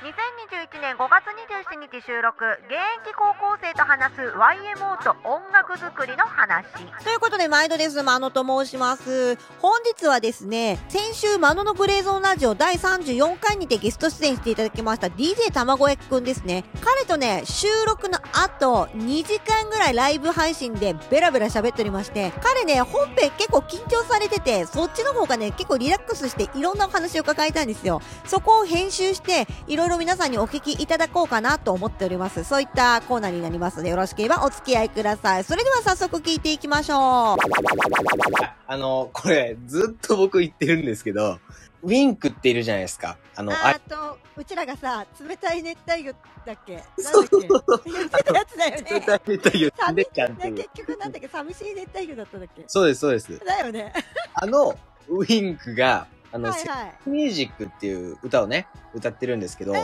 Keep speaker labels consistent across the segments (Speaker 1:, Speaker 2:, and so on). Speaker 1: 2021年5月27日収録現役高校生と話す YMO と音楽作りの話
Speaker 2: ということで、毎度です。マノと申します。本日はですね、先週、マノのグレーゾーンラジオ第34回にてゲスト出演していただきました DJ 玉越くんですね。彼とね、収録の後、2時間ぐらいライブ配信でベラベラ喋っておりまして、彼ね、本編結構緊張されてて、そっちの方がね、結構リラックスしていろんなお話を伺いたいんですよ。そこを編集して、いろいろ皆さんにお聞きいただこうかなと思っております。そういったコーナーになりますので、よろしければお付き合いください。それでは早速聞いていきましょう。
Speaker 3: あの、これ、ずっと僕言ってるんですけど、ウィンクっているじゃないですか。あの、あ
Speaker 2: あと、うちらがさ、冷たい熱帯魚だっけなんだっけ言ってたやつだよ
Speaker 3: れ、
Speaker 2: ね。
Speaker 3: だいたい
Speaker 2: 寂し
Speaker 3: ちゃん
Speaker 2: い
Speaker 3: っていう
Speaker 2: 結局なんだっけ寂しい熱帯魚だったんだっけ
Speaker 3: そうです、そうです。
Speaker 2: だよね。
Speaker 3: あの、ウィンクが、あ
Speaker 2: は
Speaker 3: の、
Speaker 2: い
Speaker 3: セッ
Speaker 2: はい。
Speaker 3: クミュージックっていう歌をね、歌ってるんですけど、
Speaker 2: うん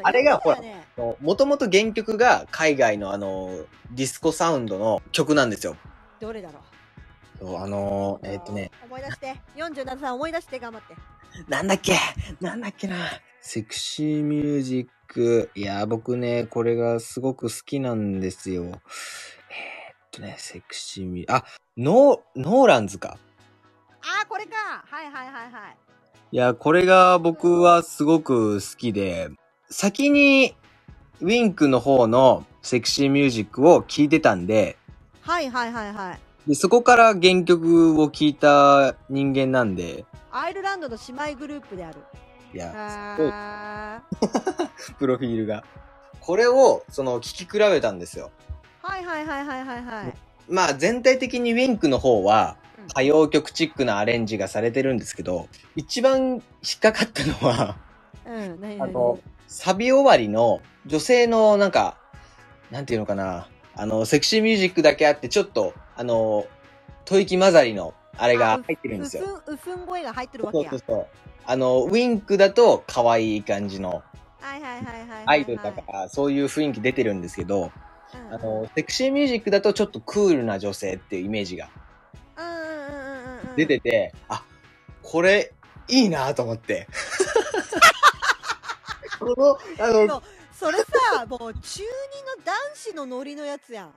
Speaker 3: あれがほら
Speaker 2: 言ってたよね
Speaker 3: もともと原曲が海外のあの、ディスコサウンドの曲なんですよ。
Speaker 2: どれだろう
Speaker 3: そうあの、えっとね、。
Speaker 2: 思い出して。47さん思い出して頑張って。
Speaker 3: なんだっけなんだっけなセクシーミュージック。いやー、僕ね、これがすごく好きなんですよ。えーっとね、セクシーミューあ、ノー、ノーランズか。
Speaker 2: あー、これか。はいはいはいはい。
Speaker 3: いやー、これが僕はすごく好きで、先にウィンクの方のセクシーミュージックを聴いてたんで、
Speaker 2: はいはいはいはい。
Speaker 3: でそこから原曲を聴いた人間なんで、
Speaker 2: アイルランドの姉妹グループである。
Speaker 3: いや、すごい
Speaker 2: あー
Speaker 3: プロフィールが。これを、その、聴き比べたんですよ。
Speaker 2: はいはいはいはいはいはい。
Speaker 3: まあ全体的にウィンクの方は
Speaker 2: うん
Speaker 3: 歌謡曲チックなアレンジがされてるんですけど、一番引っかかったのは、
Speaker 2: うん、何
Speaker 3: あ
Speaker 2: 何
Speaker 3: の
Speaker 2: 何、
Speaker 3: サビ終わりの女性のなんか、なんていうのかな、あの、セクシーミュージックだけあってちょっと、あの、吐息混ざりのあれが入ってるんですよ。
Speaker 2: うふん、うふん声が入ってる
Speaker 3: そう
Speaker 2: わけや
Speaker 3: そう。そう。あの、ウィンクだと可愛い感じの
Speaker 2: はいはいはいはいはいはい。
Speaker 3: アイドルだからそういう雰囲気出てるんですけど、
Speaker 2: うんうん。
Speaker 3: あの、セクシーミュージックだとちょっとクールな女性っていうイメージが
Speaker 2: うんうんうんうんうん。
Speaker 3: 出てて、あ、これ、いいなと思って。 この、あの、
Speaker 2: そうそれさ、もう中二の男子のノリのやつ やん。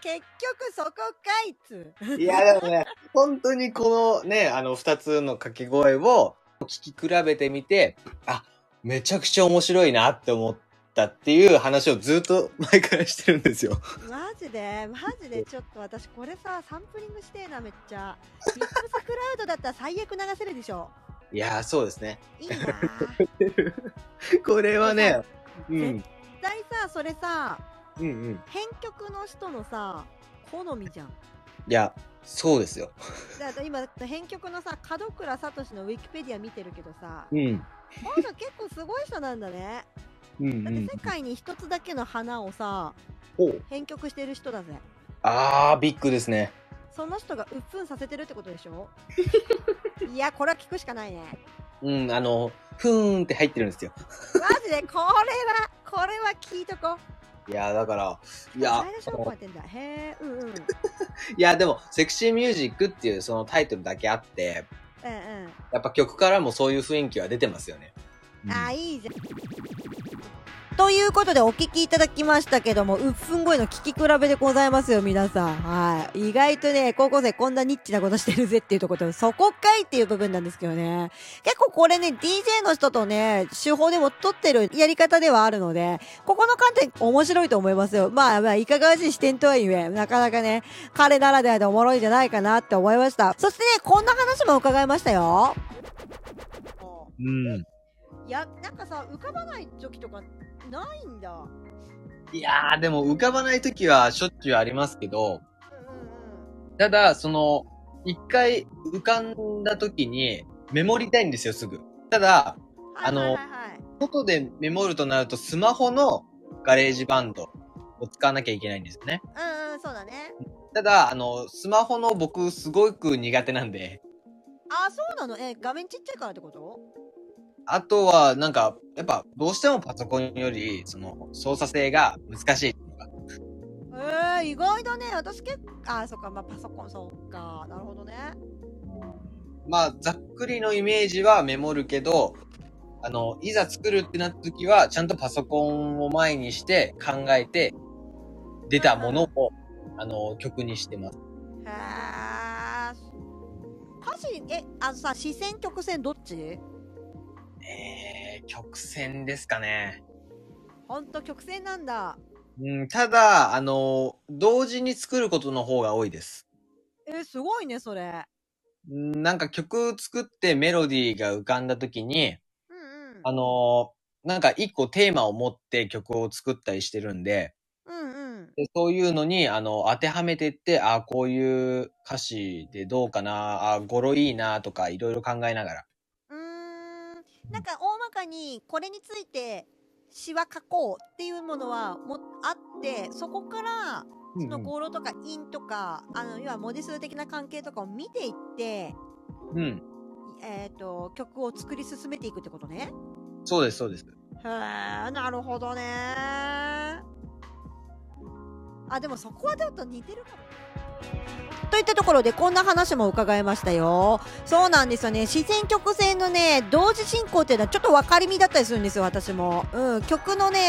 Speaker 2: 結局そこかいっつ。
Speaker 3: いやでもね、本当にこのね、あの、二つの掛け声を聞き比べてみて、あ、めちゃくちゃ面白いなって思ったっていう話をずっと前からしてるんですよ。
Speaker 2: マジでマジでちょっと私これさ、サンプリングしてえなめっちゃ。リップスクラウドだったら最悪流せるでしょ。
Speaker 3: いやー、そうですね。
Speaker 2: いいなぁ。
Speaker 3: これはね、う
Speaker 2: 絶
Speaker 3: ん、
Speaker 2: 対さ、それさ、
Speaker 3: うん、うん。
Speaker 2: 編曲の人のさ、好みじゃん。
Speaker 3: いや、そうですよ。
Speaker 2: だから今、編曲のさ、門倉聡のウィキペディア見てるけどさ、
Speaker 3: うん、
Speaker 2: この人結構すごい人なんだね。
Speaker 3: うん、う
Speaker 2: だって
Speaker 3: ん
Speaker 2: 世。界に一つだけの花をさ、
Speaker 3: ほう
Speaker 2: 編曲してる人だぜ。
Speaker 3: あー、ビッグですね。
Speaker 2: その人がうっぷんさせてるってことでし ょいや、これは聞くしかないね。
Speaker 3: うん、あの、ふーんって入ってるんですよ。
Speaker 2: マジで、これは、これは聞いとこ。
Speaker 3: いやーだから、いや、
Speaker 2: 前田翔子やってんだ。へえ、うん うん。うんうん。
Speaker 3: いやでも、セクシーミュージックっていうそのタイトルだけあって、やっぱ曲からもそういう雰囲気は出てますよね。
Speaker 2: あー、いいじゃん。ということでお聞きいただきましたけども、うっぷん声の聞き比べでございますよ、皆さん。はい。意外とね、高校生こんなニッチなことしてるぜっていうところで、そこかいっていう部分なんですけどね。結構これね、DJ の人とね、手法でも撮ってるやり方ではあるので、ここの観点面白いと思いますよ。まあまあ、いかがわしい視点とはいえ、なかなかね、彼ならではでおもろいんじゃないかなって思いました。そしてね、こんな話も伺いましたよ。
Speaker 3: うん。
Speaker 2: いや、なんかさ、浮かばない時とかないんだ。うんうん
Speaker 3: いやーでも浮かばない時はしょっちゅうありますけど、
Speaker 2: うん。
Speaker 3: ただ、その、一回浮かんだ時にメモりたいんですよ、すぐ。ただ、あの
Speaker 2: はいはいはいはい
Speaker 3: 外でメモるとなるとスマホのガレージバンドを使わなきゃいけないんですよね。
Speaker 2: うんうん、そうだね。
Speaker 3: ただ、あの、スマホの僕すごく苦手なんで、
Speaker 2: あ、そうなのえ、画面ちっちゃいからってこと
Speaker 3: あとは、なんか、やっぱ、どうしてもパソコンより、その、操作性が難しいっていうのが。
Speaker 2: えー、意外だね。私結構、あ、そっか、まあ、パソコン、そっか。なるほどね。
Speaker 3: まあ、ざっくりのイメージはメモるけど、あの、いざ作るってなった時は、ちゃんとパソコンを前にして考えて、出たものを、あの、曲にしてます。
Speaker 2: へー歌詞、え、あのさ、視線曲線どっち
Speaker 3: えー、曲線ですかね。
Speaker 2: ほんと曲線なんだ。
Speaker 3: うん、ただ、あの、同時に作ることの方が多いです。
Speaker 2: え、すごいね、それ。
Speaker 3: うんなんか曲作ってメロディーが浮かんだ時に、
Speaker 2: うんうん。
Speaker 3: あの、なんか一個テーマを持って曲を作ったりしてるんで、
Speaker 2: うんうん。
Speaker 3: でそういうのに、あの、当てはめてって、ああ、こういう歌詞でどうかな、ああ、語呂いいな、とか、いろいろ考えながら。
Speaker 2: うーんなんか大まかにこれについて詩は書こうっていうものはもあってそこからその語呂とか韻とか、あの要は文字数的な関係とかを見ていって、
Speaker 3: うん。
Speaker 2: えー、と曲を作り進めていくってことね。
Speaker 3: そうです、そうです。
Speaker 2: へーなるほどねあでもそこはちょっと似てるかも。といったところでこんな話も伺いましたよ。そうなんですよね。視線曲線のね、同時進行っていうのはちょっと分かりみだったりするんですよ、私も。うん、曲のね、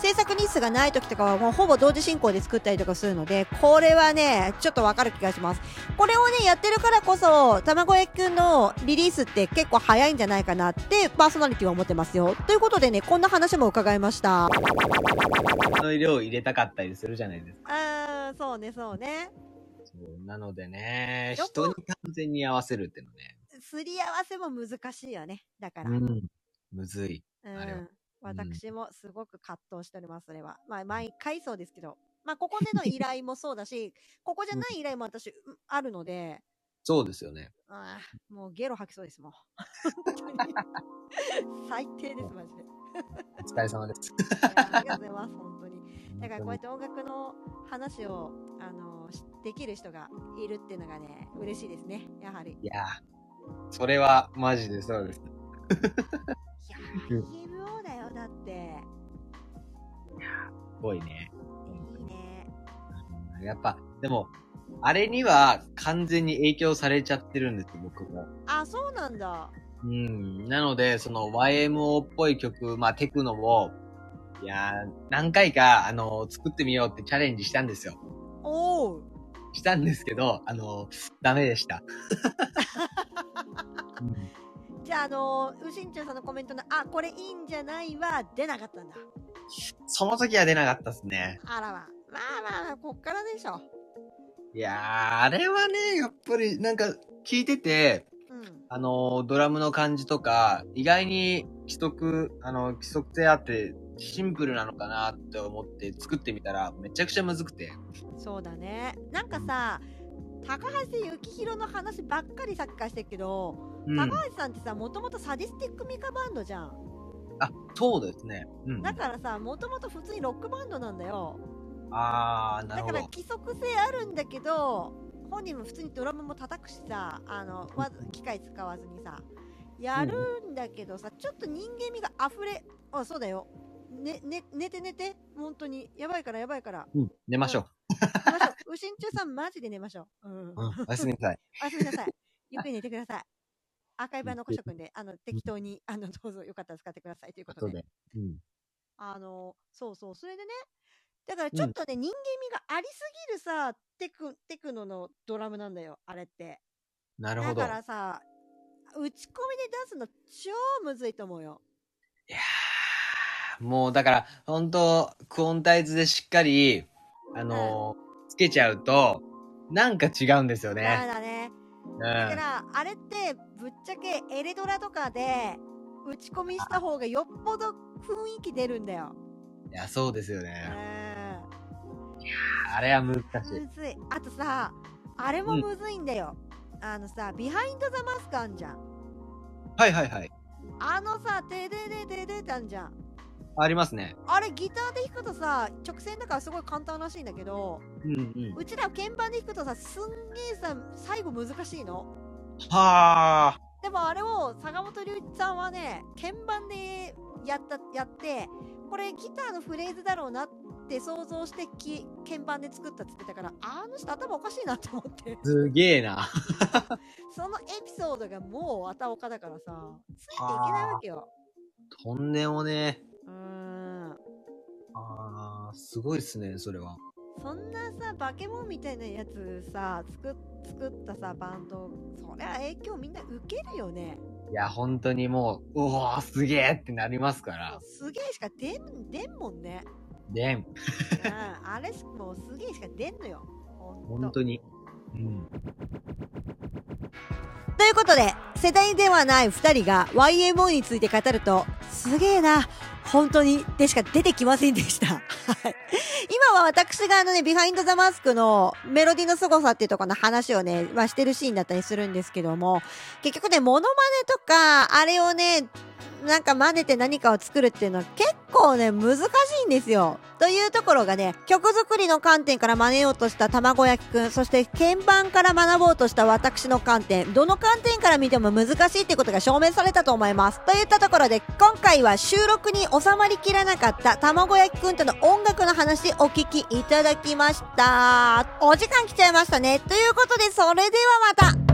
Speaker 2: 制作日数がない時とかはもうほぼ同時進行で作ったりとかするので、これはね、ちょっと分かる気がします。これをね、やってるからこそ、たまごえくんのリリースって結構早いんじゃないかなって、パーソナリティは思ってますよ。ということでね、こんな話も伺いました。
Speaker 3: の量入れたかったりするじゃないですか。
Speaker 2: あー、そうね、そうね。
Speaker 3: そうなのでね、
Speaker 2: よっ
Speaker 3: 人に完全に合わせるってのね。
Speaker 2: すり合わせも難しいよね。だから。
Speaker 3: ん。むずい。
Speaker 2: うん
Speaker 3: あれは
Speaker 2: 私もすごく葛藤しております、それは。まあ、毎回そうですけど。まあ、ここでの依頼もそうだ し、ここじゃない依頼も私、うんあるので、
Speaker 3: そうですよね。
Speaker 2: あーもうゲロ吐きそう です、もう。本当に最低です、マ ジで。
Speaker 3: お疲れ様です。
Speaker 2: いやありがとうございます、本当に。だからこうやって音楽の話を、あのしできる人がいるっていうのがね、嬉しいですね、やはり。い
Speaker 3: いやーそれはマジでそうです。
Speaker 2: やー、TMO だよ、だって。
Speaker 3: すごいね。
Speaker 2: いいね。
Speaker 3: うんやっぱ、でも、あれには完全に影響されちゃってるんですよ、僕も。
Speaker 2: あ、そうなんだ。
Speaker 3: うん。なので、その YMO っぽい曲、まあテクノを、いやー何回か、あの作ってみようってチャレンジしたんですよ。
Speaker 2: おう。
Speaker 3: したんですけど、あのダメで した。うん
Speaker 2: じゃあ、あのー、うしんちゃんさんのコメントの、あ、これいいんじゃないは出なかったんだ。
Speaker 3: その時は出なかったですね。
Speaker 2: あらま。まあまあ、こっからでしょ。
Speaker 3: いやー、あれはね、やっぱりなんか聞いてて、
Speaker 2: うん。
Speaker 3: あの、ドラムの感じとか、意外に規則、あの、規則性あって、シンプルなのかなって思って作ってみたら、めちゃくちゃむずくて。
Speaker 2: そうだね。なんかさ、高橋幸宏の話ばっかりさっきからしてるけど、
Speaker 3: うん。
Speaker 2: 高橋さんってさ、もともとサディスティックミカバンドじゃん。
Speaker 3: あ、そうですね。うん。
Speaker 2: だからさ、もともと普通にロックバンドなんだよ。
Speaker 3: あー、
Speaker 2: だ
Speaker 3: なる
Speaker 2: か
Speaker 3: ほ
Speaker 2: ら
Speaker 3: ど。
Speaker 2: 規則性あるんだけど、本人も普通にドラムも叩くしさ、あの、わ機械使わずにさ、やるんだけどさ、ちょっと人間味が溢れ、あ、そうだよ。ね、ね、寝て寝て。本当に。やばいからやばいから。
Speaker 3: うん。寝ましょ
Speaker 2: 寝ましょ う。うしんちゅうさんマジで寝ましょう。うん。
Speaker 3: う。うん。おやすみなさい。
Speaker 2: おやすみなさい。ゆっくり寝てくだ さい。アーカイブは残しとくんで、あの、適当に、あの、どうぞよかったら使ってくださいという こと
Speaker 3: 後
Speaker 2: で。
Speaker 3: で。うん。
Speaker 2: あの、そうそう、それでね、だからちょっとね、人間味がありすぎるさ、テク、テクノのドラムなんだよ、あれって。
Speaker 3: なる
Speaker 2: だ
Speaker 3: ほど。い
Speaker 2: か
Speaker 3: や
Speaker 2: らさ、打ち込みで出すの超むずいと思うよ。
Speaker 3: ー、もうだから、ほんと、クオンタイズでしっかり、あのー、つけちゃうと、なんか違うんですよ
Speaker 2: だめ
Speaker 3: ね。
Speaker 2: だね。
Speaker 3: うん。
Speaker 2: だから、あれって、ぶっちゃけエレドラとかで、打ち込みした方がよっぽど雰囲気出るんだよ。
Speaker 3: いや、そうですよ
Speaker 2: うん。
Speaker 3: ね。
Speaker 2: む
Speaker 3: あれは難しい。
Speaker 2: ずい。あとさ、あれもむずいんだよ。あのさ、ビハインドザマスクあんじゃん。
Speaker 3: はいはいはい。
Speaker 2: あのさ、てででででってあんじゃん。
Speaker 3: ありますね。
Speaker 2: あれギターで弾くとさ直線だからすごい簡単らしいんだけど
Speaker 3: うんうん。
Speaker 2: うちら鍵盤で弾くとさすんげえさ最後難しいの
Speaker 3: はあ。
Speaker 2: でもあれを坂本龍一さんはね鍵盤でやったやってこれギターのフレーズだろうなって想像してき鍵盤で作ったって言ってたからあの人頭おかしいなと思って
Speaker 3: すげえな。
Speaker 2: そのエピソードがもうあたおかだからさついていけないわけよ
Speaker 3: とんでもねえ。
Speaker 2: うーん
Speaker 3: あー、すごいですね、それは。
Speaker 2: そんなさバケモンみたいなやつさ作っ作ったさバンドそりゃ影響みんな受けるよね
Speaker 3: いや、本当にもう、うおー、すげえってなりますから。
Speaker 2: すげえしか出ん出んもんね、
Speaker 3: でん、
Speaker 2: うん、あれしもうすげえしか出んのよほんと
Speaker 3: 本当に。うん。
Speaker 2: ということで、世代ではない二人が YMO について語ると、すげえな、本当に、でしか出てきませんでした。はい今は私があのね、ビハインドザマスクのメロディーの凄さっていうところの話をね、まあしてるシーンだったりするんですけども、結局ね、モノマネとか、あれをね、なんか真似て何かを作るっていうのは結構ね、難しいんですよ。というところがね、曲作りの観点から真似ようとした卵焼きくん、そして鍵盤から学ぼうとした私の観点、どの観点から見ても難しいってことが証明されたと思います。といったところで、今回は収録に収まりきらなかった卵焼きくんとの音楽の話お聞きいただきました。お時間来ちゃいましたね。ということで、それではまた